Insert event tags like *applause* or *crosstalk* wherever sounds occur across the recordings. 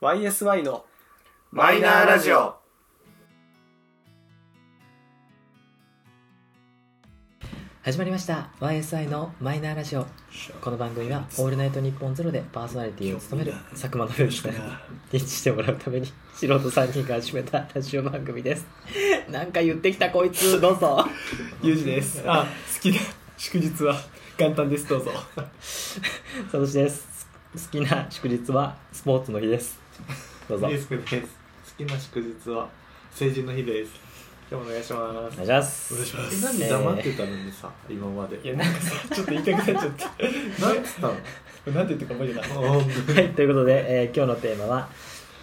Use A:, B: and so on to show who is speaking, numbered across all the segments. A: YSY の
B: マイナーラジオ。
C: 始まりました YSI のマイナーラジオこの番組は「オールナイトニッポンゼロでパーソナリティを務める佐久間の文さんに認知してもらうために素人3人が始めたラジオ番組ですなんか言ってきたこいつどうぞ
A: ゆうじですあ好きな祝日は元旦ですどうぞ
C: 佐藤です好きな祝日はスポーツの日ですどうぞお願
B: リ
C: い
B: スクです。好きな祝日は成人の日です。今日もお願いします。
C: します
B: えなんで黙ってたのにさ、今まで。
A: いやなんかさちょっと言いたくなっちゃって *laughs*
B: なんつったの
A: なんて言ってか覚えてない
B: あー
C: *laughs* はい、ということで、えー今日のテーマは、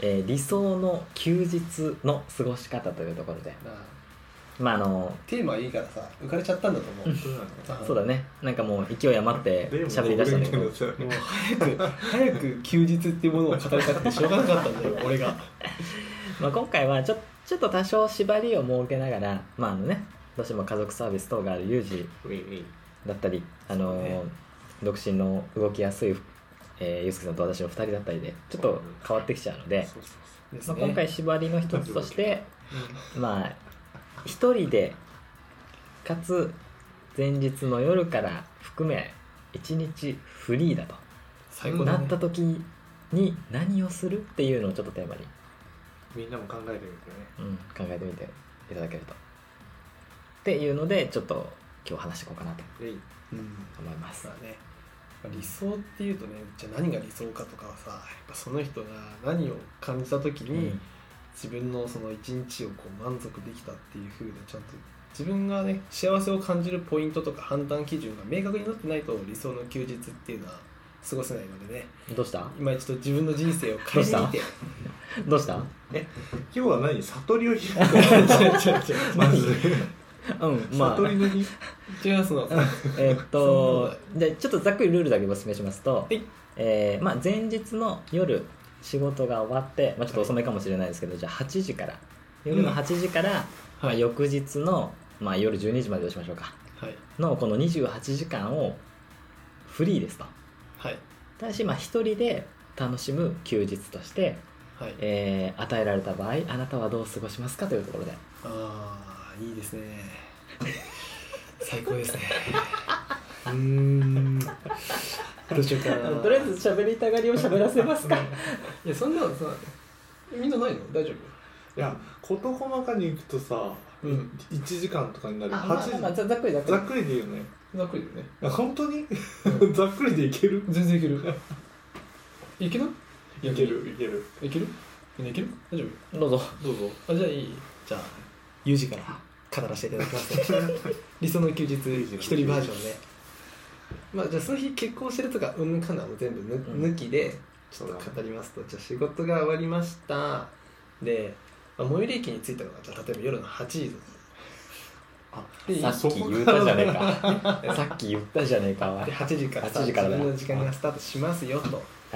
C: えー理想の休日の過ごし方というところで、まああの
A: テーマいいからさ浮かれちゃったんだと思う
B: そうなの
C: そうだね、なんかもう勢い余って
B: でも
C: 喋り出したんだけど、
A: もう早く早く休日っていうものを語りたくてしょうがなかったんだ *laughs* よ俺が
C: まあ、今回はちょちょっと多少縛りを設けながら、まああのね、どうしても家族サービス等がある有事
B: ウィンウィン
C: だったり、あの
B: そうね
C: 独身の動きやすい、えー、ゆうすけさんと私の2人だったりで、ちょっと変わってきちゃうので、
B: そうそう
A: です
C: まあ、
A: ね
C: 今回縛りの一つとして、まあ一人でかつ前日の夜から含め一日フリーだと
A: 最高
C: な
A: だ
C: っ
A: ね
C: た時に何をするっていうのをちょっとテーマに、
B: そうみんなも考えてみてね。
C: うん考えてみていただけるとっていうのでちょっと今日話していこうかなと
B: えい
A: うん
C: 思います
A: まあねまあ理想っていうとねじゃあ何が理想かとかはさやっぱその人が何を感じた時
C: う
A: に、
C: ん
A: 自分のその一日をこう満足できたっていう風なちゃんと自分がね幸せを感じるポイントとか判断基準が明確になってないと理想の休日っていうのは過ごせないのでね
C: どうした
A: 今一度自分の人生を変えてみて
C: どうした
B: 今日は何悟りを *laughs* 開くまず、
C: うんまあ
B: 悟りの日
A: 違いますの
C: *laughs* えーっとじゃあちょっとざっくりルールだけご説明しますと、
A: はい
C: えーまあ、前日の夜仕事が終わって、まあ、ちょっと遅めかもしれないですけど、じゃあ8時から夜の
A: うん
C: 8時から、まあ、
A: *laughs* はい
C: 翌日の、まあ、夜12時までとしましょうか
A: はい
C: のこの28時間をフリーですと
A: はい
C: ただしまあ一人で楽しむ休日として、
A: はい
C: えー与えられた場合あなたはどう過ごしますかというところで
A: ああいいですね最高ですね
B: うーん。
A: どうしようかな
C: とりあえず喋りたがりを喋らせますか
A: いやそんなのさみんなないの大丈
B: いや、事細かに行くとさ、
A: 夫うん
B: 1時間とかになる。
C: あ、まあ
B: 8
C: まあ、
B: 時。
C: ざざっくりざっく
B: ざ
C: り
B: っくりでいいよね。
A: ざっくりだよね
B: あ本当に *laughs* ざっくりでいける
A: 全然いけるいける
B: いけるいける
A: いけるみんないける大丈
C: どうぞ
B: どうぞ
A: 夫あじゃあいいじゃあ U 字から語らせていただきます、ね、理想の休日一人バージョンねまあじゃあその日結婚してるとかうんぬんかんだも全部ぬ
C: うん
A: 抜きでち
B: そ
A: ょ
B: う
A: っ
B: だね
A: と語りますとじゃあ仕事が終わりましたで、まあ、最寄り駅に着いたのがじゃあ例えば夜の8時
B: あ
A: とか
C: さっき言ったじゃねえか。さっき言ったじゃねえか。は
A: で8時からさ
C: 8時からだ
A: 自分の時間がスタートしますよと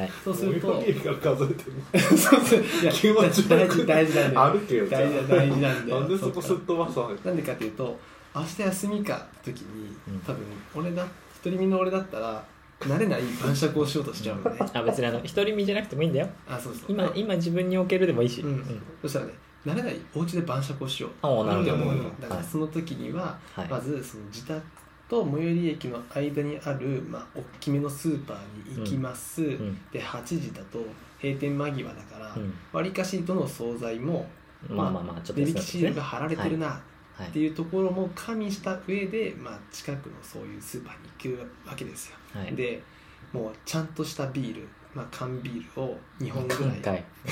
C: い。
A: そうすると
B: 最寄り駅から数えてる
A: *laughs* そうそういや
B: 気持ち
A: 大
B: 悪
A: 事
B: く
A: 大事なんだよ
B: あるけど
A: 大事だ大事なんだよ
B: なんでそこす
A: そ
B: っ
A: っか
B: 飛ばすの
A: なんでかっていうと明日休みかって時に、
C: うん
A: 多分俺だ独り身の俺だったら慣れない晩酌をしようとしちゃうのね、
C: あ、別にあの、独り身じゃなくてもいいんだよ。
A: あそうそう
C: 今、今自分に置けるでもいいし。
A: うんそしたらね慣れないお家で晩酌をしよう
C: ああなるほど
A: って思うの
B: うん
A: だから
C: はい
A: その時には、
C: はい
A: まずその自宅と最寄り駅の間にある、まあ、大きめのスーパーに行きます、
C: うん。
A: で8時だと閉店間際だからわ
C: う
A: り、
C: ん
A: 割かしどの惣菜も
C: まあまあまあ、ちょっと
A: 値引き
C: 安くなって
A: シ
C: き
A: ー
C: て
A: ル
C: ね
A: が貼られてるな、
C: は
A: って
C: い。
A: いうところも加味した上で、まあ、近くのそういうスーパーに行くわけですよ、
C: はい。
A: でもうちゃんとしたビール、まあ、缶ビールを2本ぐ
C: 今
A: らい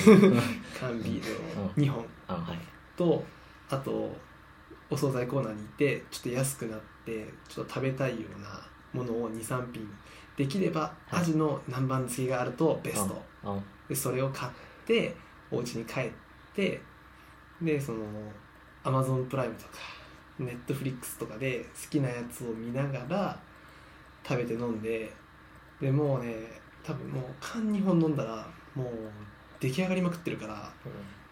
C: *laughs* 回。うん
A: 缶ビールを
C: うん
A: 2本
C: あはい。
A: とあとお惣菜コーナーにいてちょっと安くなってちょっと食べたいようなものを23品できれば
C: はい
A: アジの南蛮漬けがあるとベスト
C: あ
A: でそれを買ってお家に帰ってでそのアマゾンプライムとかネットフリックスとかで好きなやつを見ながら食べて飲んででもうね多分もう缶2本飲んだらもう出来上がりまくってるから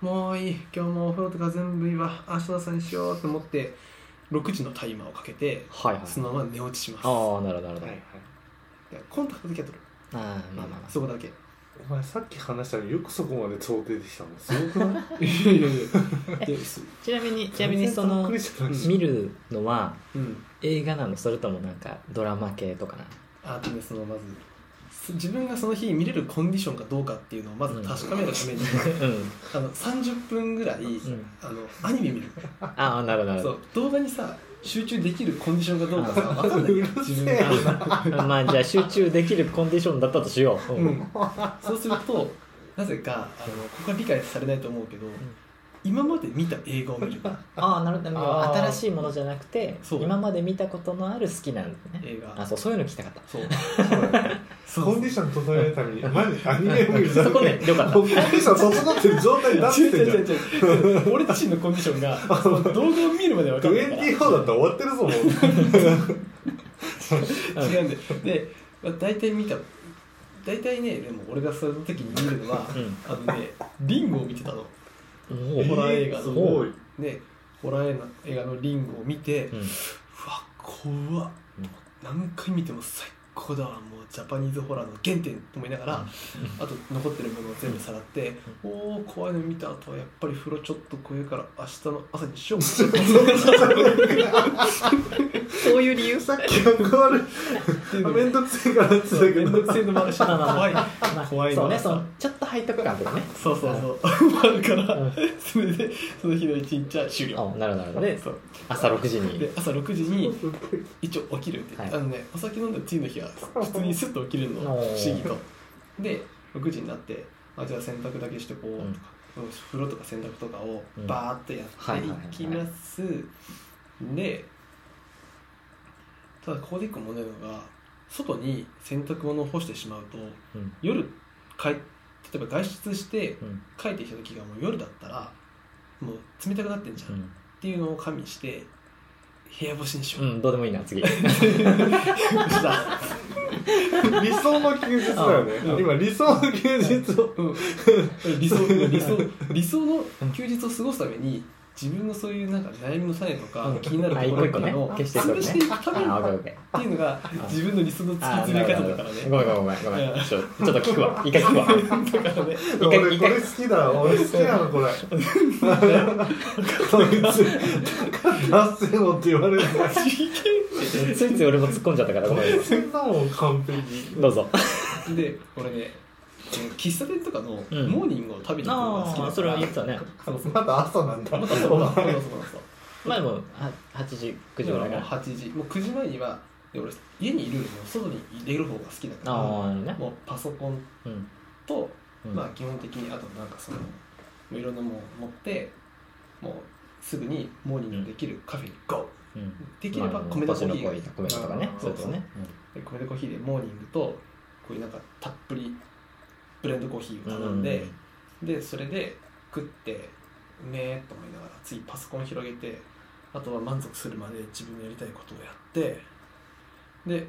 A: もういい今日もお風呂とか全部いいわ明日の朝にしようと思って6時のタイマーをかけて
C: はいはい。
A: そのまま寝落ちします
C: ああ、なるほど、なるほど。
B: はいはい
A: でコンタクトだけは取る
C: ああ、まあまあまあ。
A: そこだけ
B: お前さっき話したのによくそこまで想定できたのすごくない
A: いやいやいやです
C: ちなみに *laughs* ちなみにその
B: 全然そっくりじゃない
C: 見るのは
A: うん
C: 映画なのそれともなんかドラマ系とかな
A: あとねそのまずす自分がその日見れるコンディションかどうかっていうのをまず確かめるため
B: *laughs*
A: に、
C: *laughs* うん
A: あの30分ぐらい、
C: ん
A: あのアニメ見る
C: ああなるほどなるほ
A: そう動画にさ集中できるコンディションかどう
B: *laughs*
A: かさ
C: あ
A: 分かんないよ
B: うるせ
A: 自
B: え
A: 分が
C: どまあじゃあ集中できるコンディションだったとしよう、う
A: うんん、そうするとなぜかあのここは理解されないと思うけど、今まで見た映画を見る
B: *laughs*
C: ああなるほど
B: あー
C: 新しいものじゃなくて
A: そう
C: 今まで見たことのある好きなんだね
A: 映
C: あ
A: 画
C: そうそういうの聞きたかった
A: そうそ
B: コン
A: う
B: ディション整えるためにマジアニメを見る
C: そこねよかった
B: コンディション整ってる状態 *laughs* になって
A: 違う
B: るじゃ
A: 違
B: ん
A: う違う違う俺自身のコンディショ
B: *laughs*
A: ンがその動画を見るまで分かんないから
B: 24だったら終わってるぞもう
A: *laughs* 違うんでで、まあ、大体見た大体ねでも俺がその時に見るのは
C: う
A: あのねリンゴを見てたの
C: ん
A: *laughs*
C: お
A: ホラー映画の
B: すごい
A: でホラー映画映画のリンゴを見て、
C: う
A: うんわ怖っ何回見ても最高だわもうジャパニーズホラーの原点と思いながら、
C: うん
A: あと残ってるものを全部さらって、おお怖いの見た後はやっぱり風呂ちょっと怖いから明日の朝にしよう
C: そういう理由
B: さっきは変わるめ *laughs* んどくせえからって言ってた
A: *laughs*
B: け
A: 面
B: ど
A: 倒くせえのもあるし怖い
C: まあ
A: 怖いの
C: そう
A: は
C: ね
A: さ
C: そのちょっと背徳感とか
A: *laughs*
C: ね
A: そうそうそう *laughs* あるから、
C: うん
A: *laughs* それでその日の一日は終
C: あ
A: 了
C: なるほどなるほどで
A: そう
C: 朝6時に
A: で朝6時に一応起きるって、
C: はい
A: あのねお酒飲んだ次の日は普通にスッと起きるの不
C: お
A: 思
C: ー
A: 議とで6時になってあじゃあ洗濯だけしてこう、
C: うん
A: うん風呂とか洗濯とかを
C: うん
A: バーっとやっていきます、でただここで一個問題なのが外に洗濯物を干してしまうと
C: うん
A: 夜帰例えば外出して
C: うん
A: 帰ってきた時がもう夜だったらもう冷たくなってんじゃん、
C: う
A: っ
C: ん
A: ていうのを加味して部屋干しにしよ
C: う
A: う、
C: ん、どうでもいいな
A: *laughs*
C: 次
A: した、
B: 理想の休日だよね
A: うん
B: 今理想の休日を
A: うん、理想理想理想の休日を過ごすために自分のそういうなんか悩みの種とか気になる
C: あ
A: と
C: 一
A: ころと
C: 個一個
A: か
C: ね
A: を
C: 消していく
A: 潰
C: ね
A: していくために
C: あオッケー
A: っ
C: オッケー
A: ていうのが自分の理想の突き
C: あ
A: 詰め方だからね
C: ごめんごめんごめんごめん
A: うん
C: ちょちょっと聞くわ一回聞くわ
A: だからね
C: 一回
B: 俺
C: 一
B: こ
C: 回
B: れ好きだ俺好きなの *laughs* これこいつだから出せよって言われる
C: ついつい俺も突っ込んじゃったからごめん
B: そんなもん完璧
C: どうぞ
A: で俺ね喫茶店とかのモ
C: うん
A: ーニングを食べに行くのが好きだ
C: あ
A: から
C: あそれは言ってたね
A: そうそう
B: まだ朝なんだ
A: またそうだそうだそうだそう
C: 前もは8時9時ぐらいか
A: もう
C: な
A: 8時もう9時前にはで俺家にいるよりも外に出る方が好きだから
C: ああね
A: もうパソコン
C: うん
A: と、
C: うん
A: まあ基本的にあとなんかそのもういろんなものを持ってもうすぐにモーニングのできるカフェにゴ
C: うん
A: ーできれば米田コ
C: 年
A: ー
C: の
A: ヒーが
C: 恋と米田とかね
B: あー
C: そうですね
A: で米田コーヒーでモーニングとこういうなんかたっぷりブレンドコーヒーを頼んで、でそれで食ってうめえと思いながら次パソコン広げてあとは満足するまで自分のやりたいことをやってで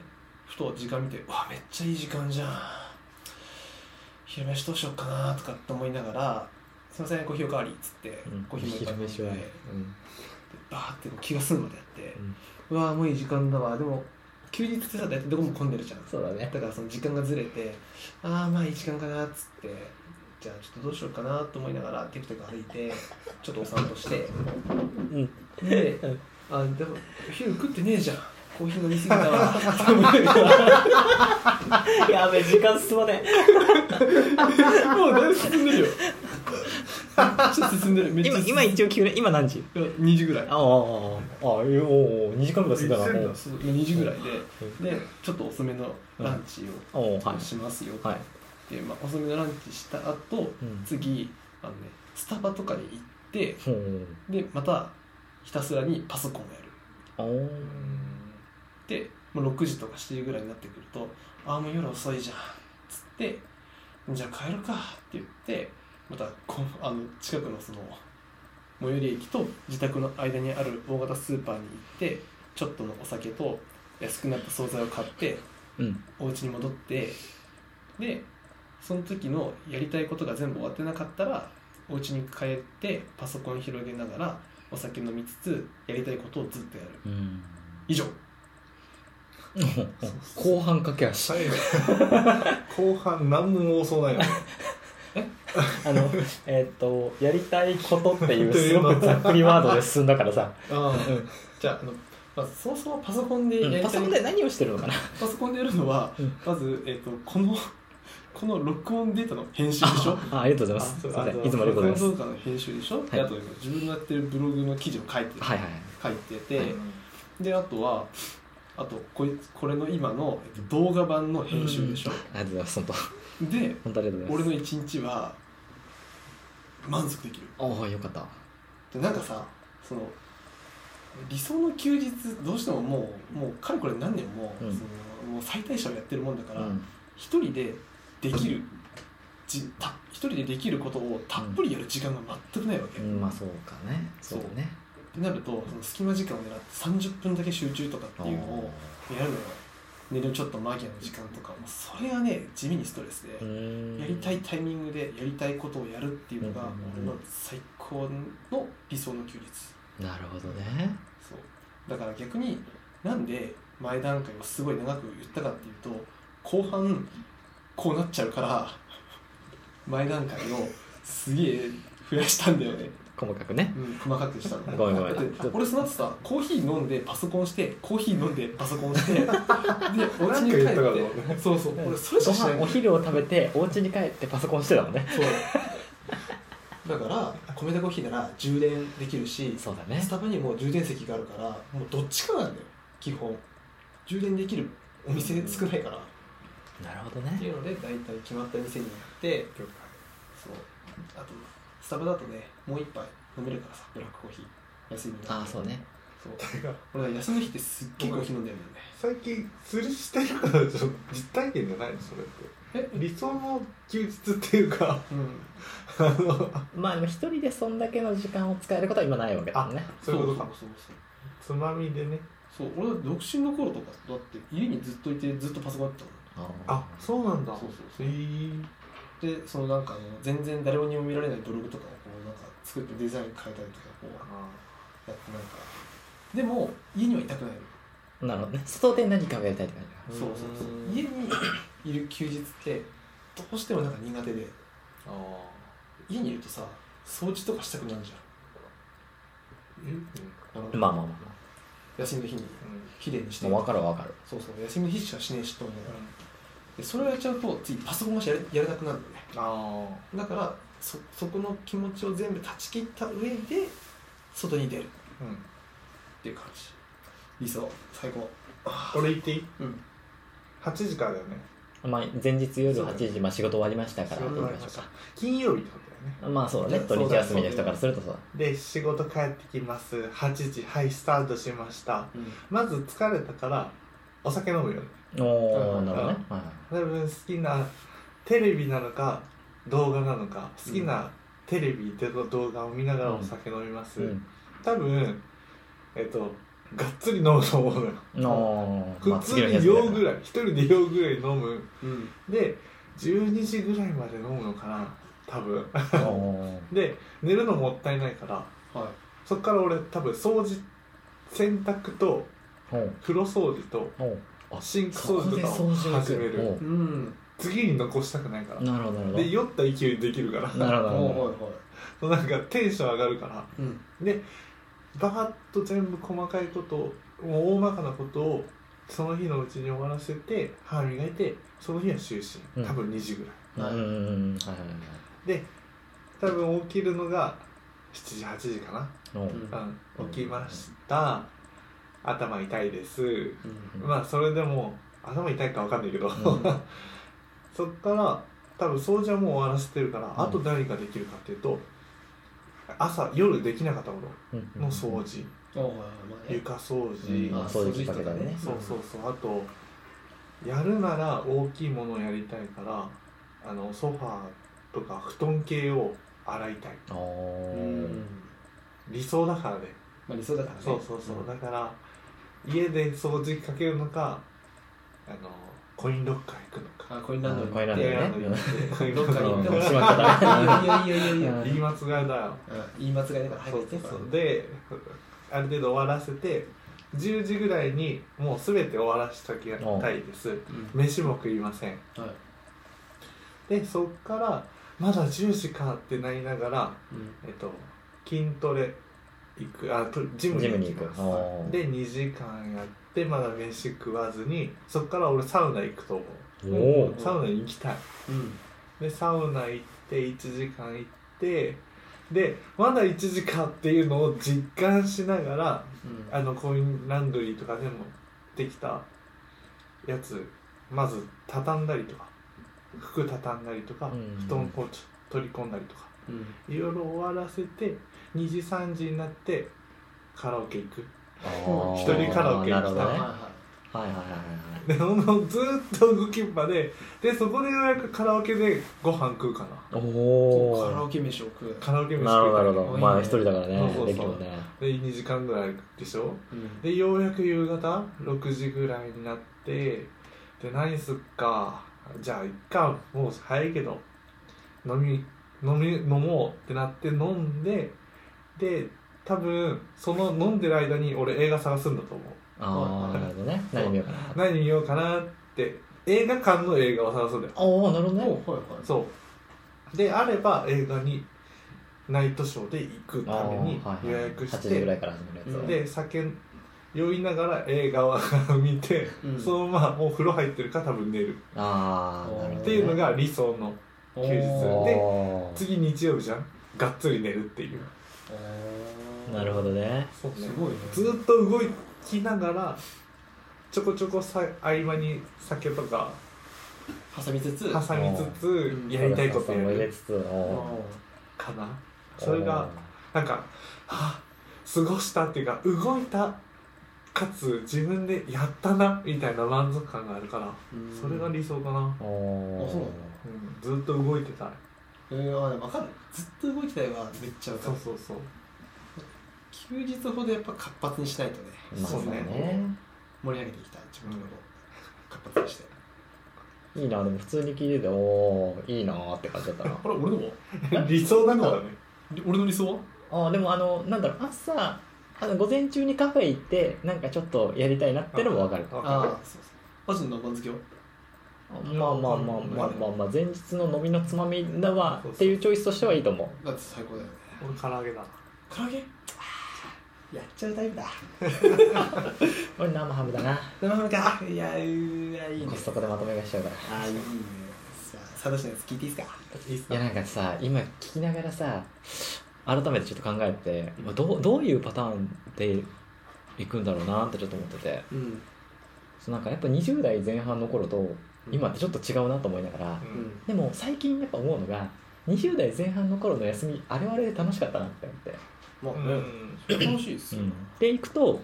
A: ふと時間見て「うわめっちゃいい時間じゃん昼飯どうしようかな」とかって思いながら「すいませんコーヒーおかわり」っつって、
C: うん
A: コーヒーもいっぱい飲んで
C: 昼飯はねうん
A: バーってこう気が済むまでやって
C: うん、
A: うわもういい時間だわでも休日ってさ大体どこも混んでるじゃん
C: そうだね
A: だからその時間がずれてああまあいい時間かなっつってじゃあちょっとどうしようかなと思いながらテクテク歩いてちょっとお散歩
C: *laughs*
A: して
C: うん
A: で
C: うん
A: あでも昼食ってねえじゃんコーヒー飲みすぎたわって思いながら
C: やべ時間進まね
A: もうだいぶ進ん
C: *laughs*
A: でるよちょっと進んでるめっちゃ
C: 今
A: 進ん
C: 今一応聞くね今何時
A: いや2時ぐらい
C: あああああおお2時間ぐらい進んだな
B: 一瞬だ
A: そう2時ぐらい
C: うん
A: ででちょっと遅めのランチ
C: おおお
A: を
C: はい
A: しますよって
C: はい
A: で、まあ、遅めのランチした後、
C: うん
A: 次あの、ね、スタバとかに行って
C: ほう
A: でまたひたすらにパソコンをやる
C: おお
A: でもう6時とか7時ぐらいになってくると「ああもう夜遅いじゃん」っつって「じゃあ帰るか」って言ってまたこうあの近くのその最寄り駅と自宅の間にある大型スーパーに行ってちょっとのお酒と安くなった惣菜を買って
C: うん
A: お家に戻ってでその時のやりたいことが全部終わってなかったらお家に帰ってパソコン広げながらお酒飲みつつやりたいことをずっとやる
C: うん
A: 以上
C: 後半駆け足
B: 最後後半何も多そうないよね
C: あのえっとやりたいことっ
A: *laughs*
C: ていうすごくざっくりワードで進んだからさ、
B: あ
C: う
B: ー
C: ん
A: じゃああの、まあ、そもそもパソコンでやりたい、
C: パソコンで何をしてるのかな
A: パソコンでやるのは、
C: うん
A: まず、えっとこのこの録音データの編集でしょ
C: あありがとうございますすいませんいつもありがとうございます
A: 録音動画の編集でしょ、であと自分のやってるブログの記事を書いてる、
C: はいはい
A: 書いてて、
C: はい
A: であとはあとこいこれの今のえっと動画版の編集でしょ、
C: ありがとうございます本当
A: で
C: 本当ありがとうご
A: 俺
C: ざいま
A: の一日は満足できる
C: すああよかった
A: でなんかさその理想の休日どうしてももうもうかれこれ何年も,、
C: うん
A: そのもう最大者をやってるもんだから
C: うん
A: 一、人でできるじた一人でできることをたっぷりやる時間が全くないわけ、
C: う
A: っ
C: んまあそうかねそうだね
A: てなるとその隙間時間を狙って30分だけ集中とかっていうのをやるのよ寝るちょっと間際の時間とかもうそれがね地味にストレスで、や
C: や
A: りたいタイミングでやりたいことをやるっていうのが
C: うん
A: 俺の最高の理想の休日
C: なるほどね
A: そうだから逆になんで前段階をすごい長く言ったかっていうと後半こうなっちゃうから *laughs* 前段階をすげえ増やしたんだよね、
C: 細かくね
A: うん、細かくしたの
C: ごめんごめん
A: だって俺その後さコーヒー飲んでパソコンしてコーヒー飲んでパソコンしてでお家
B: なん
A: に
B: か
A: 帰っ
B: 言ったから
A: てそうそう俺それし
C: ご
A: かしない
C: 飯お昼を食べてお家に帰ってパソコンしてたもんね
A: そうだから米田コーヒーなら充電できるし
C: そうだね
A: スタバにも充電石があるからもうどっちかなんだよ基本充電できるお店少ないから、
C: なるほど
A: ってい
C: ね
A: うので大体決まった店に行ってそうあとスタバだとねもう一杯飲めるからさブラックコーヒー休みの日
C: ああそうね
A: そう
B: それが
A: 俺は休みの日ってすっげえコーヒー飲んでるんだよね
B: 最近釣りしてるからでしょ実体験じゃないのそれって
A: え
B: 理想の休日っていうか
A: うん
B: あの
C: まあでも一人でそんだけの時間を使えることは今ないわけだもんね
B: そういうことか
A: そうそう
B: つまみでね
A: そうそう俺は独身の頃とかだって家にずっといてずっとパソコンやってたもん
B: あそうなんだ
A: そうそうそう
B: へー
A: でそのなんかあの全然誰にも見られないブログとかをこうなんか作ってデザイン変えたりとかこう
B: あ
A: やってなんかでも家にはいたくないの、
C: なるほどね外で何かをやりたいって感
B: うん
A: そうそうそう家にいる休日ってどうしてもなんか苦手で
B: あ
A: 家にいるとさ掃除とかしたくなるじ
B: うん
A: ゃんあ
C: じ
A: の
C: まあまあまあま
A: 休みの日に綺麗にして
C: あ、まあ、分かる分かる
A: そうそう休みの日しかしねえしと思いながらでそれをやっちゃうと次パソコンがやれやれなくなるんだよね
B: あ
A: だからそそこの気持ちを全部断ち切った上で外に出る
B: あうん
A: っていう感じ理想最高
B: 俺言っていい
A: うん
B: 8時からだよね
C: まあ前日夜8時、まあ仕事終わりましたから
B: 仕
C: 行
B: 事終わ
C: き
B: り
C: ましょ
B: ま
C: う
B: した金曜日ってことだよね
C: かまあそうだね
A: そ
C: 土
A: うだ
C: 日休みの人からするとそう
B: で仕事帰ってきます8時はいスタートしました
A: うん
B: まず疲れたからお酒飲むよね
C: だおお
A: うん
C: なるほどね
B: うん
C: はいはい
B: 多分好きなテレビなのか動画なのか好きなテレビでの動画を見ながらお酒飲みます、
C: う
B: 多分えっとがっつり飲むと思うのよ
C: んおーま
B: 普
C: あ
B: 通
C: 次の日
B: に
C: 休みだ
B: 用
C: か
B: ぐらい一人で用ぐらい飲む
A: うん
B: で12時ぐらいまで飲むのかな多分 *laughs*
C: らおー
B: で寝るのもったいないから
A: はい
B: そっから俺多分掃除洗濯と
C: おー
B: 風呂掃除と
C: おー
B: シンク
C: そ
B: 掃
C: こ
B: 除
C: で
B: とか
C: 掃
B: を
C: 除に行
B: 始め
C: く
B: る
C: お
A: うん
B: 次に残したくないから
C: ーなるほどなるほ
B: で酔った勢いでできるから *laughs*
C: どなるほどなるほ
A: お
C: ど
A: いおいおい
B: そうなんかテンション上がるから
A: うん
B: でバーッと全部細かいことをもう大まかなことをその日のうちに終わらせて歯磨いてその日は就
C: うん
B: 寝多分2時ぐらい、
C: うんうんうんうんはいはいはい
B: で多分起きるのが7時8時かな、
C: お
A: う
C: ー
A: ん
B: うん、起きました頭痛いです
A: うん
C: うん
B: まあそれでも頭痛いか分かんないけど、
C: うん
B: そっから多分掃除はもう終わらせてるから、
C: ん
B: あと何ができるかっていうと朝夜できなかったも
C: うん
B: のの掃除、
A: おうまあね
B: 床掃
C: うん
B: 除、
C: あ掃除機かけたりね
B: そうそうそうあとやるなら大きいものをやりたいからあのソファーとか布団系を洗いたい
C: お
A: う
C: お
A: ん
B: 理想だからね
A: まあ理想だからね
B: そうそうそう、
A: ん
B: だから家で掃除機かけるのかあのコインロッカー行くのか
A: あコインランドリー
C: コインランドリーね
B: コインロ
A: どっ
B: ッカ
A: か
B: ー
A: に行っ
B: 行っ
A: もらうい
B: ててもら
C: しまったね
A: やいやいやいやいや
B: 言い間違いだよ
A: うん言い間違いだから
B: そ
A: 早く行
B: うそう
A: って
B: そうである程度終わらせて10時ぐらいにもう全て終わらしときたいです飯も食いません
A: はい
B: でそっからまだ10時かってなりながら、
A: うん
B: えっと、筋トレ行くあと *laughs* ジムに
C: ジム
B: 行
C: に
B: き
C: 行く
B: ます
C: おー
B: で2時間やってまだ飯食わずにそっから俺サウナ行くと思
C: お
B: う
C: お
B: サウナに行きたい
A: うん
B: でサウナ行って1時間行ってでまだ1時間っていうのを実感しながら
A: うん
B: あのコインランドリーとかでもできたやつまず畳んだりとか服畳んだりとか、
C: うん
B: 布団こうち取り込んだりとか
A: うん
B: いろいろ終わらせて2時3時になってカラオケ行く
C: あー
B: 一人カラオケ行きたい
C: なるほど
A: はい
C: ね
A: は
C: はいはいはいはい
B: でほんとずーっと動きっぱででそこでようやくカラオケでご飯食うかな
C: お
A: いはいカラ
C: お
A: オケ飯を食う
B: カラオケ飯食う
C: なるほどなる
B: か
C: ほ
A: 多い
C: ど
A: ね
C: まあ一人だからね
B: そうそうそう
C: できるもんね
B: で2時間ぐらいでしょ
A: うん
B: でようやく夕方6時ぐらいになってで何すっかじゃあいっかもう早いけど飲み飲み飲もうってなって飲んでで多分その飲んでる間に俺映画探すんだと思う
C: ああなるほどね何見ようかな
B: 何見ようかなって映画館の映画を探すんだよ
C: おおなるほどね
A: おはいはい
B: そうであれば映画にナイトショーで行く
C: あ
B: ために
C: ー
B: 予約し
C: 8時ぐら
B: て
C: いから始まるやつ
A: うん
B: で酒酔いながら映画を見て
A: うん
B: そのままもう風呂入ってるから多分寝る
C: ああなるほどね
B: っていうのが理想の休日
A: お
B: で
C: おー
B: 次日曜日じゃんがっつり寝るっていう
A: ー
C: なるほどね
B: そう
A: すごいね
B: ずっと動きながらちょこちょこさ合間に酒とか
A: 挟みつつ
B: 挟みつ
A: うん
B: つやりたいことや
C: も入れ
B: る
C: つつお
A: お
B: かな
C: ー
B: それがなんかはあ過ごしたっていうか動いたかつ自分でやったなみたいな満足感があるから
A: うん
B: それが理想かな、
C: おお
A: あそう
B: うん、ずっと動いてたい
A: うんあでも分かるずっと動きたいはめっちゃ分か
B: そう
A: る
B: そうそう
A: 休日ほどやっぱ活発にしないとね
C: まあそう
B: そう
C: ね
B: ね
A: 盛り上げていきたい自分のことを活発にして
C: いいなでも普通に聞いてておーいいなーって感じだったな
A: あれ俺のも
B: *laughs* 理想だからね
A: 俺の理想は
C: *laughs* あーでもあのなんだろう朝あの午前中にカフェ行ってなんかちょっとやりたいなってのもわかる
A: ああ
B: あ
A: そうそうマジの番付を
C: まあまあまあまあまあまあ前日の飲みのつまみだわっていうチョイスとしてはいいと思う
A: だって最高だよね
B: 俺唐揚げだ
A: カラオケやっちゃうタイプだ
C: 俺生ハムだな
A: 生ハムかいやうーいいね
C: コストコでまとめがしちゃうから
A: あいいねさあサトシのやつ聞いていいですか
B: いいっす
C: い
B: か
C: やなんかさ今聞きながらさ改めてちょっと考えてどうどういうパターンでいくんだろうなってちょっと思ってて
A: うん
C: そうなんかやっぱ20代前半の頃と今ってちょっと違うなと思いながら
B: う
A: うんん
C: でも最近やっぱ思うのが20代前半の頃の休みあれはあれで楽しかったなって思って
A: まあ
B: うん、
A: ねそれ楽しいですよ
C: で行くと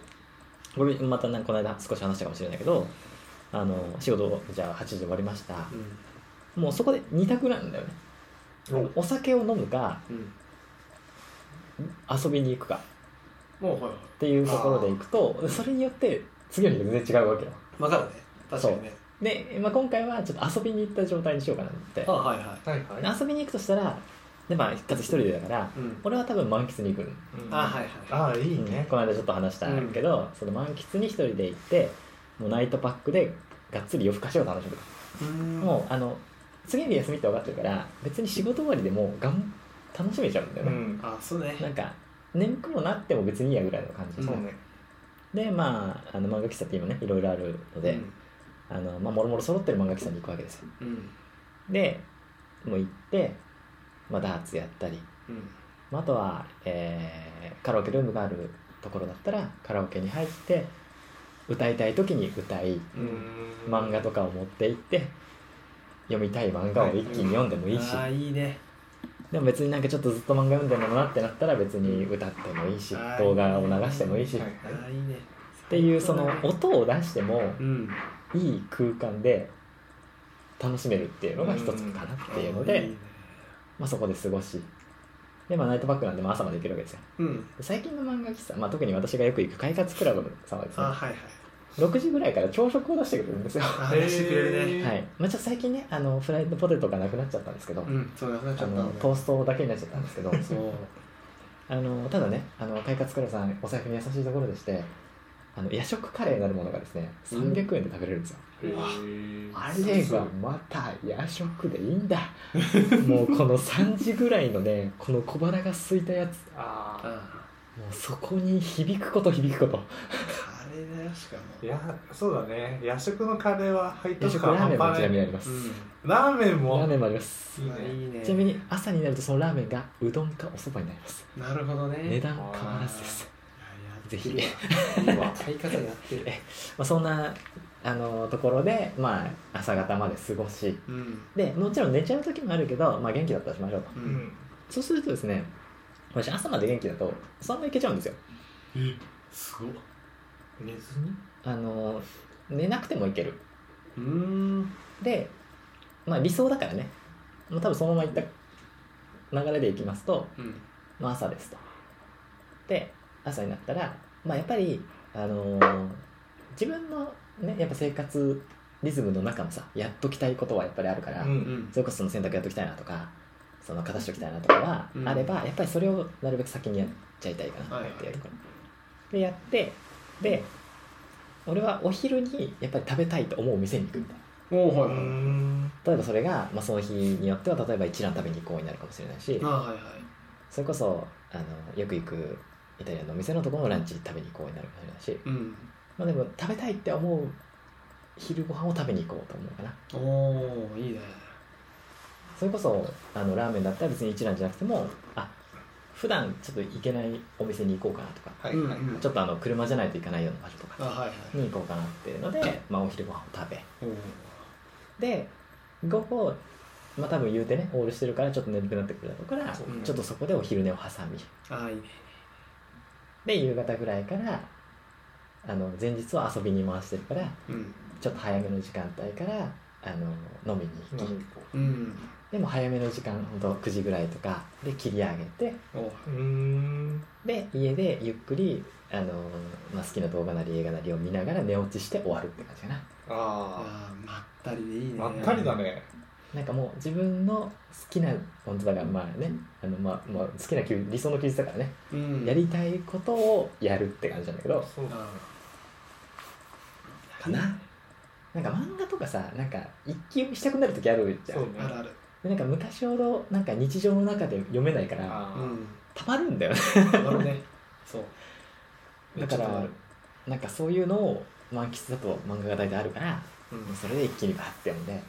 C: 俺またなんかこの間少し話したかもしれないけどあの仕事をじゃあ8時で終わりました
A: うん
C: もうそこで2択なんだよねお酒を飲むか
A: うん
C: 遊びに行くか
A: もうはいはい
C: っていうところでいくとそれによって次の日が全然違うわけよ
A: 分かるね確かにね
C: で、まあ、今回はちょっと遊びに行った状態にしようかなって
A: あはいはい
B: はいはい
C: 遊びに行くとしたらでまあかつ一人でだから
A: うん
C: 俺は多分満喫に行く
B: うん
A: あはいはい
B: あいいね
C: この間ちょっと話したけど、その満喫に一人で行ってもうナイトパックでがっつり夜更かしを楽しむ
A: うん
C: もうあの次の日休みって分かってるから別に仕事終わりでもがん楽しめちゃうんだよ
B: う
C: ね、
B: ん
A: あそうね
C: なんか眠くもなっても別にいいやぐらいの感じ
B: そうね
C: でまああの漫画喫茶って今ねいろいろあるので、
A: うん
C: あのまあもろもろ揃ってる漫画喫茶に行くわけですよ
A: うん
C: でもう行って、まあ、ダーツやったり、
A: うん
C: まあ、あとは、えーカラオケルームがあるところだったらカラオケに入って歌いたい時に歌い
B: うん
C: 漫画とかを持って行って読みたい漫画を一気に読んでもいいし、
A: ああいいね
C: でも別になんかちょっとずっと漫画読んでるのもなってなったら別に歌ってもいいし
A: はい
C: 動画を流してもいいしっ
B: はい
A: あ
B: はい
A: あいいね
C: ていうその音を出しても
A: うん
C: いい空間で楽しめるっていうのが一つかなっていうの
A: あい
C: で
A: ね、
C: まあ、そこで過ごしで、まあ、ナイトバックなんでも朝まで行けるわけですよ
A: うん
C: で最近の漫画喫茶、まあ、特に私がよく行く快活クラブさんはです
A: あ
C: ね
A: はいはい
C: 6時ぐらいから朝食を出してくれるんですよは
A: あ出してくれるね
B: へー
C: い、まあ、ちょっと最近ねあのフライドポテトがなくなっちゃったんですけど、
A: うんそうなくなっち
C: あ
A: ゃった
C: のトーストだけになっちゃったんですけど
A: そう
C: あのただねあの快活クラブさんお財布に優しいところでしてあの夜食カレーなるものがですね
A: うん
C: 300円で食べれるんですよ、
B: へ
A: うわ
B: ー
C: あれがまた夜食でいい
B: *laughs*
C: んだもうこの3時ぐらいのねこの小腹が空いたやつ
B: あー
A: あ
C: もうそこに響くこと響くこと
A: あカレーだよしかも
B: いやそうだね夜食のカレーは背
C: 夜
B: 徳
C: 食
B: 感
C: ラーメンも
B: 半端
C: ちなみに
B: ない
C: あります、
A: う
B: ラーメン
C: ラー
B: も
C: メンもあります
B: いい
A: んまあ
B: ね
A: いいね
C: ちなみに朝になるとそのラーメンがうどんかおそばになります
A: なるほどね
C: 値段変わらずですぜひ
A: いややってるわいいわ買い方やってる
C: まあ、そんなあのところで、まあ、朝方まで過ごし
A: うん
C: でもちろん寝ちゃう時もあるけど、まあ、元気だったらしましょうと
A: う
B: うんん
C: そうするとですね私朝まで元気だとそのままいけちゃうんですよ
A: えすごっ
B: 寝ずに
C: あの寝なくてもいける
A: うーん
C: で、まあ、理想だからねもう多分そのままいった流れでいきますと、
A: うん
C: まあ、朝ですとで朝になったら、まあ、やっぱり、あのー自分の、ね、やっぱ生活リズムの中のさやっときたいことはやっぱりあるから、
B: うん
A: うん
C: それこそその洗濯やっときたいなとかその片しておきたいなとかは
A: うん
C: あれば、やっぱりそれをなるべく先にやっちゃいたいかな
A: はい
C: っていうところ、でやってで俺はお昼にやっぱり食べたいと思うお店に行くみたいな
A: おお
B: う
A: はいはい
B: ん
C: 例えばそれが、まあ、その日によっては例えば一蘭食べに行こうになるかもしれないし
A: ああはいはい
C: それこそあのよく行くイタリアンのお店のところのランチ食べに行こうになるかもしれないし、
A: うん
C: まあ、でも食べたいって思う昼ご飯を食べに行こうと思うかな
A: おおいいね
C: それこそあのラーメンだったら別に一蘭じゃなくてもあ普段ちょっと行けないお店に行こうかなとか
B: はいはい
A: うんうん
C: ちょっとあの車じゃないと行かないような場所と
A: あ
C: か
A: はいはい
C: に行こうかなっていうので、まあ、お昼ご飯を食べ
A: おお
C: で午後まあ多分言うてねオールしてるからちょっと眠くなってくるだろうから
B: そう
C: ちょっとそこでお昼寝を挟み
A: ああいいね
C: で夕方ぐらいからあの前日は遊びに回してるから
A: うん
C: ちょっと早めの時間帯からあの飲みに行き、
B: 飲みに行こ
A: うん
C: でも早めの時間ほんと9時ぐらいとかで切り上げて
A: おお
B: ううーん
C: で家でゆっくり、あのーまあ、好きな動画なり映画なりを見ながら寝落ちして終わるって感じかな
B: あ
A: ああまったりでいい
B: あ
A: ね
B: まったりだね
C: なんかもう自分の好きな本当だからまあねあの、まあまあ、好きな休理想の休日だからね
A: うん
C: やりたいことをやるって感じなんだけど
B: そうだ
A: ああ
C: かななんか漫画とかさなんか一気読みしたくなる時あるじゃ
B: そうんね
A: あるある
C: でなんか昔ほどなんか日常の中で読めないから
A: う
B: あー
A: ん
C: たまるんだ *laughs* よね
A: なるほどねそう
C: だからなんかそういうのを満喫だと漫画が大体あるから
A: うん
C: もうそれで一気にバーって読んで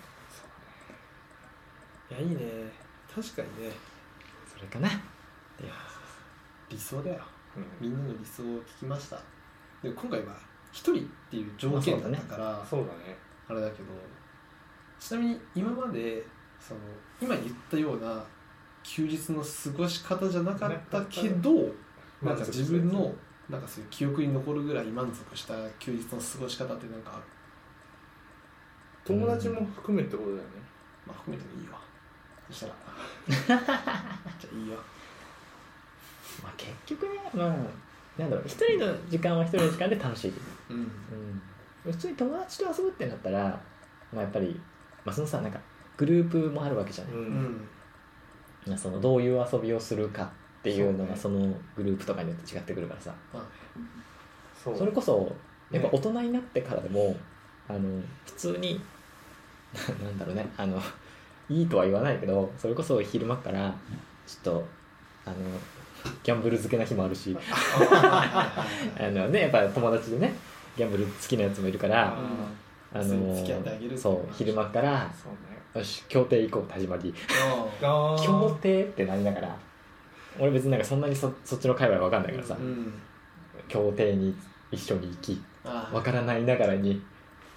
A: いやいいね確かにね
C: それかない
A: や理想だよ
B: う
A: み
B: ん
A: んなの理想を聞きましたで今回は一人っていう条件だったから、
B: そうだね
A: あれだけどちなみに今までその今言ったような休日の過ごし方じゃなかったけどなんか自分のなんかそういう記憶に残るぐらい満足した休日の過ごし方ってなんかある
B: 友達も含めってことだよね
A: まあ含めてもいいわそ *laughs* したらじゃあいいよ
C: まあ、結局ね、まあ、なんだろう一人の時間は一人の時間で楽しい、
A: うん
C: うん、普通に友達と遊ぶってなったら、まあ、やっぱり、まあ、そのさなんかグループもあるわけじゃない、
B: う
A: うんん
C: まあそのどういう遊びをするかっていうのが
B: そ
C: そのグループとかによって違ってくるからさ
A: まあ
B: そう
C: それこそやっぱ
B: ね
C: 大人になってからでも、あの普通にななんだろうねあのいいとは言わないけどそれこそ昼間からちょっとあのギャンブル漬けな日もあるしあのねやっぱ友達でねギャンブル好きなやつもいるから、
B: あ
C: あ
A: そ
C: の
A: う付き合ってあげる
C: そう昼間から
B: ーそうね
C: よし協定行こうって始まり
A: あ
B: あー
C: 協定ってなりながら俺別になんかそんなにそそっちの界隈わかんないからさ、
A: ーうん
C: 協定に一緒に行き
A: あ
C: わからないながらに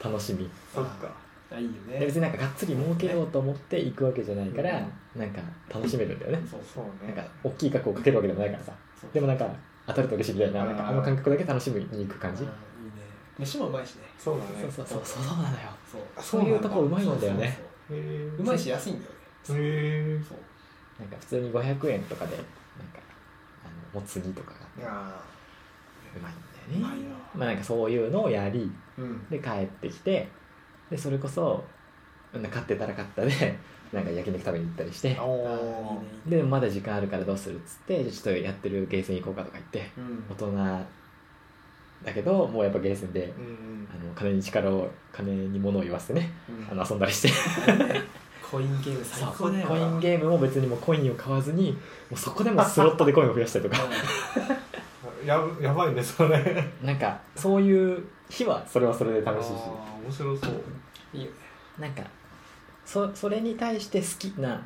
C: 楽しみ
B: そっか
A: あいいよ
C: で
A: ね
C: 別になんかがっつり儲けようと思って行くわけじゃないから、なんか楽しめるんだよね
A: そうそ
B: そう
C: なんか
B: ね
C: 大きい額をかけるわけでもないからさ
A: う
C: でもなんか当たると嬉しいみたいななんかあの感覚だけ楽しみに行く感じ
A: あーいいね飯もうまいしね
B: そうだ
C: そう
B: ね
C: そうそうそうなのよ
A: そう
B: あ
C: そういうとこうまいんだよね
A: そう
B: へ
A: そう
B: ー
A: そううまいし安いんだよね
B: へー
A: そう
C: なんか普通に500円とかでなんかあのもつ煮とかが
B: あ
C: うまい
A: うん
C: だ
A: まい
C: よね
A: よ
C: まあなんかそういうのをやり
A: うん
C: で帰ってきてでそれこそなんか買ってたら買ったでなんか焼肉食べに行ったりして
B: ー
A: あー
B: お
A: いい
B: ー
A: ねいいね
C: でまだ時間あるからどうするっつってじゃあちょっとやってるゲーセン行こうかとか言って
A: うん
C: 大人だけどもうやっぱゲーセンで
B: うん
C: あの金に力を金に物を言わせてね
B: うん
C: あの遊んだりして
A: コインゲーム最高だよ
C: コインゲームも別にもうコインを買わずにもうそこでもスロットでコインを増やしたりと
A: *laughs*
C: か
B: ややばいねそれ
C: なんかそういう日はそれはそれで楽しいし
B: あー面白そう
A: うんいいよね
C: なんかそそれに対して好きな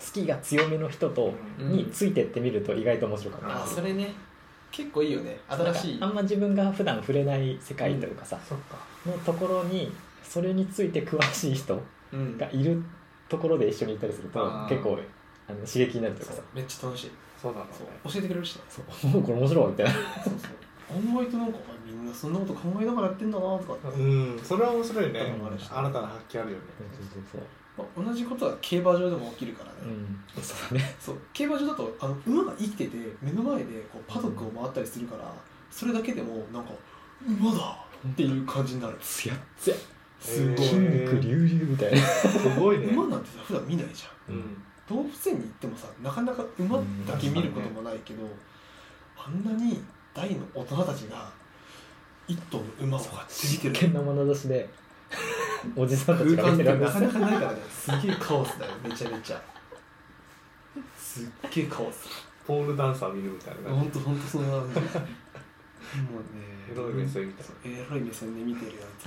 C: 好きが強めの人と
A: うん
C: についてってみると意外と面白かった、
A: あそれね結構いいよね新しい
C: なんかあんま自分が普段触れない世界というかさ、
B: そっか
C: のところにそれについて詳しい人
A: うん
C: がいるところで一緒に行ったりすると
B: あー
C: 結構あの刺激になるというか
A: そ
C: さ
A: うめっちゃ楽しい
B: そうだろうね
A: そう教えてくれるしね
C: そう *laughs* これ面白いみたいな
A: そうそう案外となんかあみんなそんなこと考えながらやってんだなとか
B: うんそれは面白いね
C: うん
B: 新たな発見あるよね
A: まあ同じことは競馬場でも起きるからね、
C: うんそうだね
A: そう競馬場だとあの馬が生きてて目の前でこうパドックを回ったりするからそれだけでもなんか馬だっていう感じになる
C: つやっつや
A: すごい、
C: 筋肉隆々みたいな
B: すごいね
A: 馬なんてさ普段見ないじゃん
B: うん
A: 動物園に行ってもさなかなか馬だけ見ることもないけど、あんなに大の大人たちが一頭の馬を買って見てる
C: 真剣な眼差しでおじさんたち
A: 空間っ
C: が見
A: て
C: てるわけで
A: な
C: す
A: かなかないからねすげえカオスだよめちゃめちゃすっげえカオス
B: ポールダンサー見るみたいな
A: ほんとほんとそんな感じもうね
B: エロい目線みたい
A: そうエロい目線で見てるやつ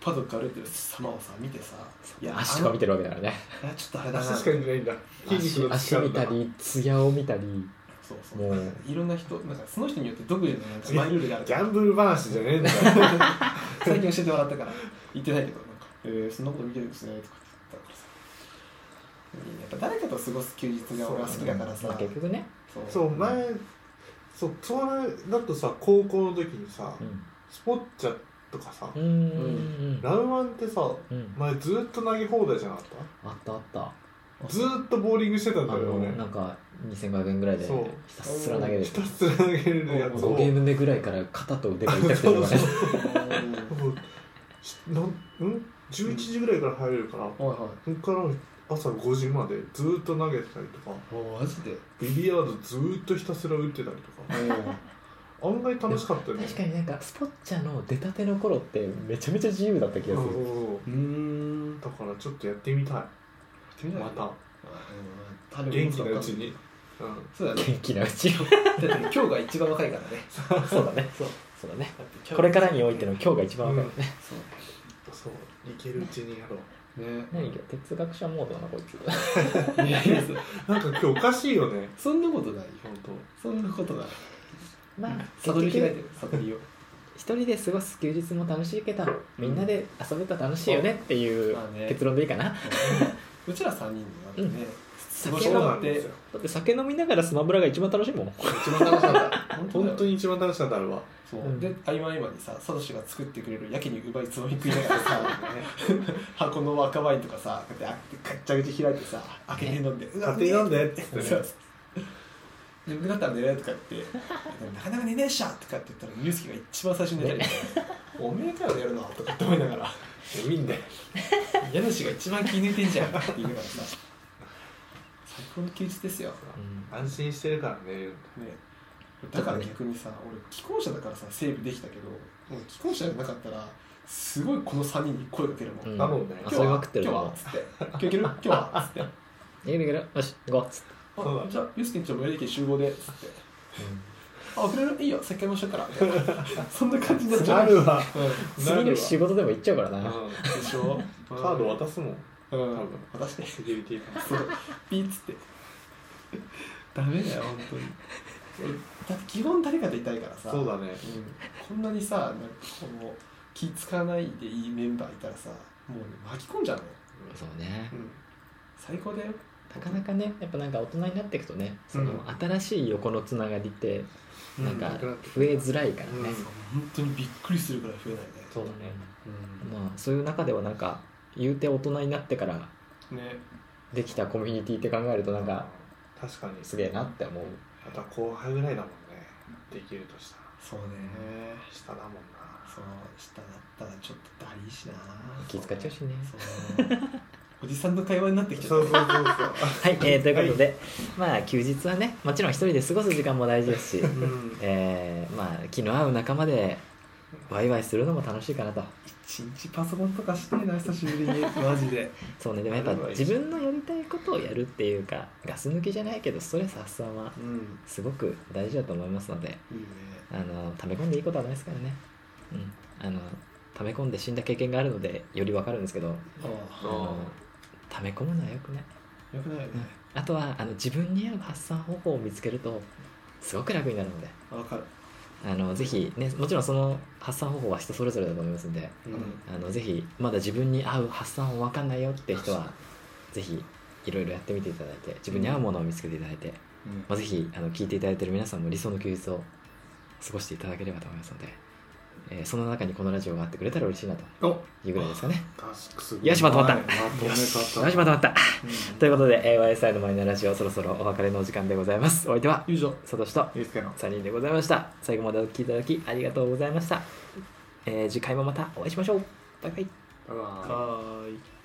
A: パドック歩いてる様をさ見てさいや
C: 足とか見てるわけだからね
A: あのいやちょっとあれだな
B: 足しか見てないんだ筋肉
C: 足
B: の
C: 足
B: 力
C: 見たり艶を見たり
A: そうそう
C: もう
A: いろんな人なんかその人によって独自のなんかマイルールがある
B: ギ
A: から
B: ャンブル話じゃねえんだよ *laughs*
A: 最近教えてもらった *laughs* から言ってないけどなんか「えー、そんなこと見てるんですね」とか言ってたからさやっぱ誰かと過ごす休日が俺は好きだからさ
C: まあ結局ね、
A: そう
B: そう前そうそれだとさ高校の時にさ
C: うん、
B: スポッチャとかさ
C: うんうん
B: ラウマンってさ
C: うんうん
B: 前ずっと投げ放題じゃなかっ
C: あったあった
B: たずっとボーリングしてた
C: あ
B: んだよ
C: の
B: ね
C: なんか2500円ぐらいで
B: そう
C: ひたすら投げる
B: ひたすら投げるやつ
C: 5
B: を
C: ゲーム目ぐらいから肩と腕が痛くてしょうがな
B: そう
C: い
B: そ
A: うん
B: もうしなんん11時ぐらいから入れるから、
A: はいは
B: そこから朝5時までずっと投げてたりとか
A: いもうマジで
B: ビリヤードずっとひたすら打ってたりとか案外楽しかったよね
C: 確かになんかスポッチャの出たての頃ってめちゃめちゃ自由だった気がす
B: うんうん
C: る
B: うん
A: うーん
B: だからちょっとやってみたいまた
A: た
B: 元気なうちに、
A: そうだね
C: 元気なうち
A: だって今日が一番若いからね
C: そうだねそうだね
A: だって今日
C: これからにおいての今日が一番
B: うん、
C: 分か
B: うん
C: る、ね、
A: そう
B: そういけるうちにやろう
A: ね
C: 何か哲学者モードなのこいつ
A: いやいやそう
B: なんか今日おかしいよね
A: そんなことないよ
B: 本
A: そんなことない
C: まあ
A: 悟り
C: 結
A: 開い
C: 局
A: てる悟りを
C: 一人で過ごす休日も楽しいけどみんなで遊べたら楽しいよねっていう
A: まあね
C: 結論でいいかな
A: うちら3人になってね過ご
B: 当
A: し
B: そう
A: 方
B: な
A: っ
B: ん
A: て
B: ですよ
C: だって酒飲みながらスマブラが一番楽しいもん
A: 一番楽しかった本当だ
B: 本
A: よ
B: 当に一番楽しかったあれは
A: そう、
C: うん
A: で合間合間にさサトシが作ってくれるやけにうまいつまみ食いながらさ *laughs* 箱の赤ワインとかさこうやってあガッチャ口開いてさ開けて飲んで「うわ
B: 勝手に飲んでって
A: う
B: 言
A: めえ
B: っ
A: そ
B: て
A: う
B: ね
A: そう眠くなったら寝れとか言って「なかなか寝ねえっしゃ」とかって言ったらユースケが一番最初に寝たりして「おめえからやるな」とかって思いながら
B: みんな
A: 「 *laughs* 家主が一 *laughs* 番気抜いてんじゃん」って言いながらさ最高の休日ですよ
B: 安心してるからね
A: ねだから逆にさ俺既婚者だからさセーブできたけどもう既婚者じゃなかったらすごいこの3人に声かけるもん、
C: うん
B: だろうね
A: 今
C: あ
A: 日
C: それは
A: は
C: 食ってる
A: 今日は
C: と思う
A: つって今日いける今日はつってあ
C: いけるいけるよし行こうっつって
B: *laughs* そうだね
A: じゃあユースケんちもやりけ集合でつってあ遅れるいいよ先回りましょうからみた *laughs* いなそんな感じになっちゃう
B: なるわ
A: う
C: 次の日仕事でも行っちゃうから
B: う
C: なん
A: ん、でしょ
B: カード渡すもん
A: うん
B: 多分
A: 渡して
B: セキュリティが
A: そうピーっつ
B: *laughs*
A: ってダメだよ本当に俺だって基本誰かといたいからさ
B: そうだね
A: うんこんなにさなんかこう気使わないでいいメンバーいたらさもうね巻き込んじゃうのよ、
C: そうね
A: うん、最高だよ
C: なかなかねやっぱなんか大人になっていくとねその
A: う
C: 新しい横のつながりってなん
A: う
C: か
B: なくなってく
C: 増
B: る
C: えづらいからね
B: うん
A: そう本当にびっくりするぐらい増えないね
C: そうだね
A: う
C: まあそういう中ではなんか言うて大人になってから
A: んね
C: できたコミュニティって考えるとなんか
B: 確かに
C: すげえなって思う
B: あとは後輩ぐらいだもんねできるとしたら
A: そうね
B: 下だもんな
A: そう下だったらちょっとだりいしな
C: 気遣っちゃうしね
A: そうおじさんの会話になってきちゃ
B: そう
A: っ
B: そうそうそう
C: はい、えーということで、まあ休日はねもちろん一人で過ごす時間も大事ですし、 *laughs*
A: た、うん、
C: えーまあ気の合う仲間でワイワイするのも楽しいかなと
A: 一日パソコンとかしてえな久しぶり *laughs* にマジで
C: そうねでもやっぱ
B: ワイワイ
C: 自分のやりたいことをやるっていうかガス抜きじゃないけどストレス発散は
A: うん
C: すごく大事だと思いますので
A: いいね
C: あの溜め込んでいいことはないですからねうんあの溜め込んで死んだ経験があるのでよりわかるんですけど
A: あ
C: あの溜め込むのはよくない
A: あよくないよね
C: あとはあの自分に合う発散方法を見つけるとすごく楽になるので
A: わかる
C: あのぜひ、ね、もちろんその発散方法は人それぞれだと思いますんで
A: うん、
B: うん
C: あのぜひまだ自分に合う発散法わかんないよって人はぜひいろいろやってみていただいて自分に合うものを見つけていただいて、まあ、ぜひあの聞いていただいている皆さんも理想の休日を過ごしていただければと思いますので、えーその中にこのラジオがあってくれたら嬉しいなと
A: お
C: いうぐらいですかね。
B: タスクすごい
C: よしまとまった
B: はいまとめ方
C: よしまとまった
A: うん
C: ということで、えー YSI のマイナーラジオそろそろお別れのお時間でございます。お相手は
A: 以上
C: サトシと
B: いいですかね
C: 3人でございました最後までお聞きいただきありがとうございました、えー次回もまたお会いしましょうバイバイ
B: うわー
A: はーい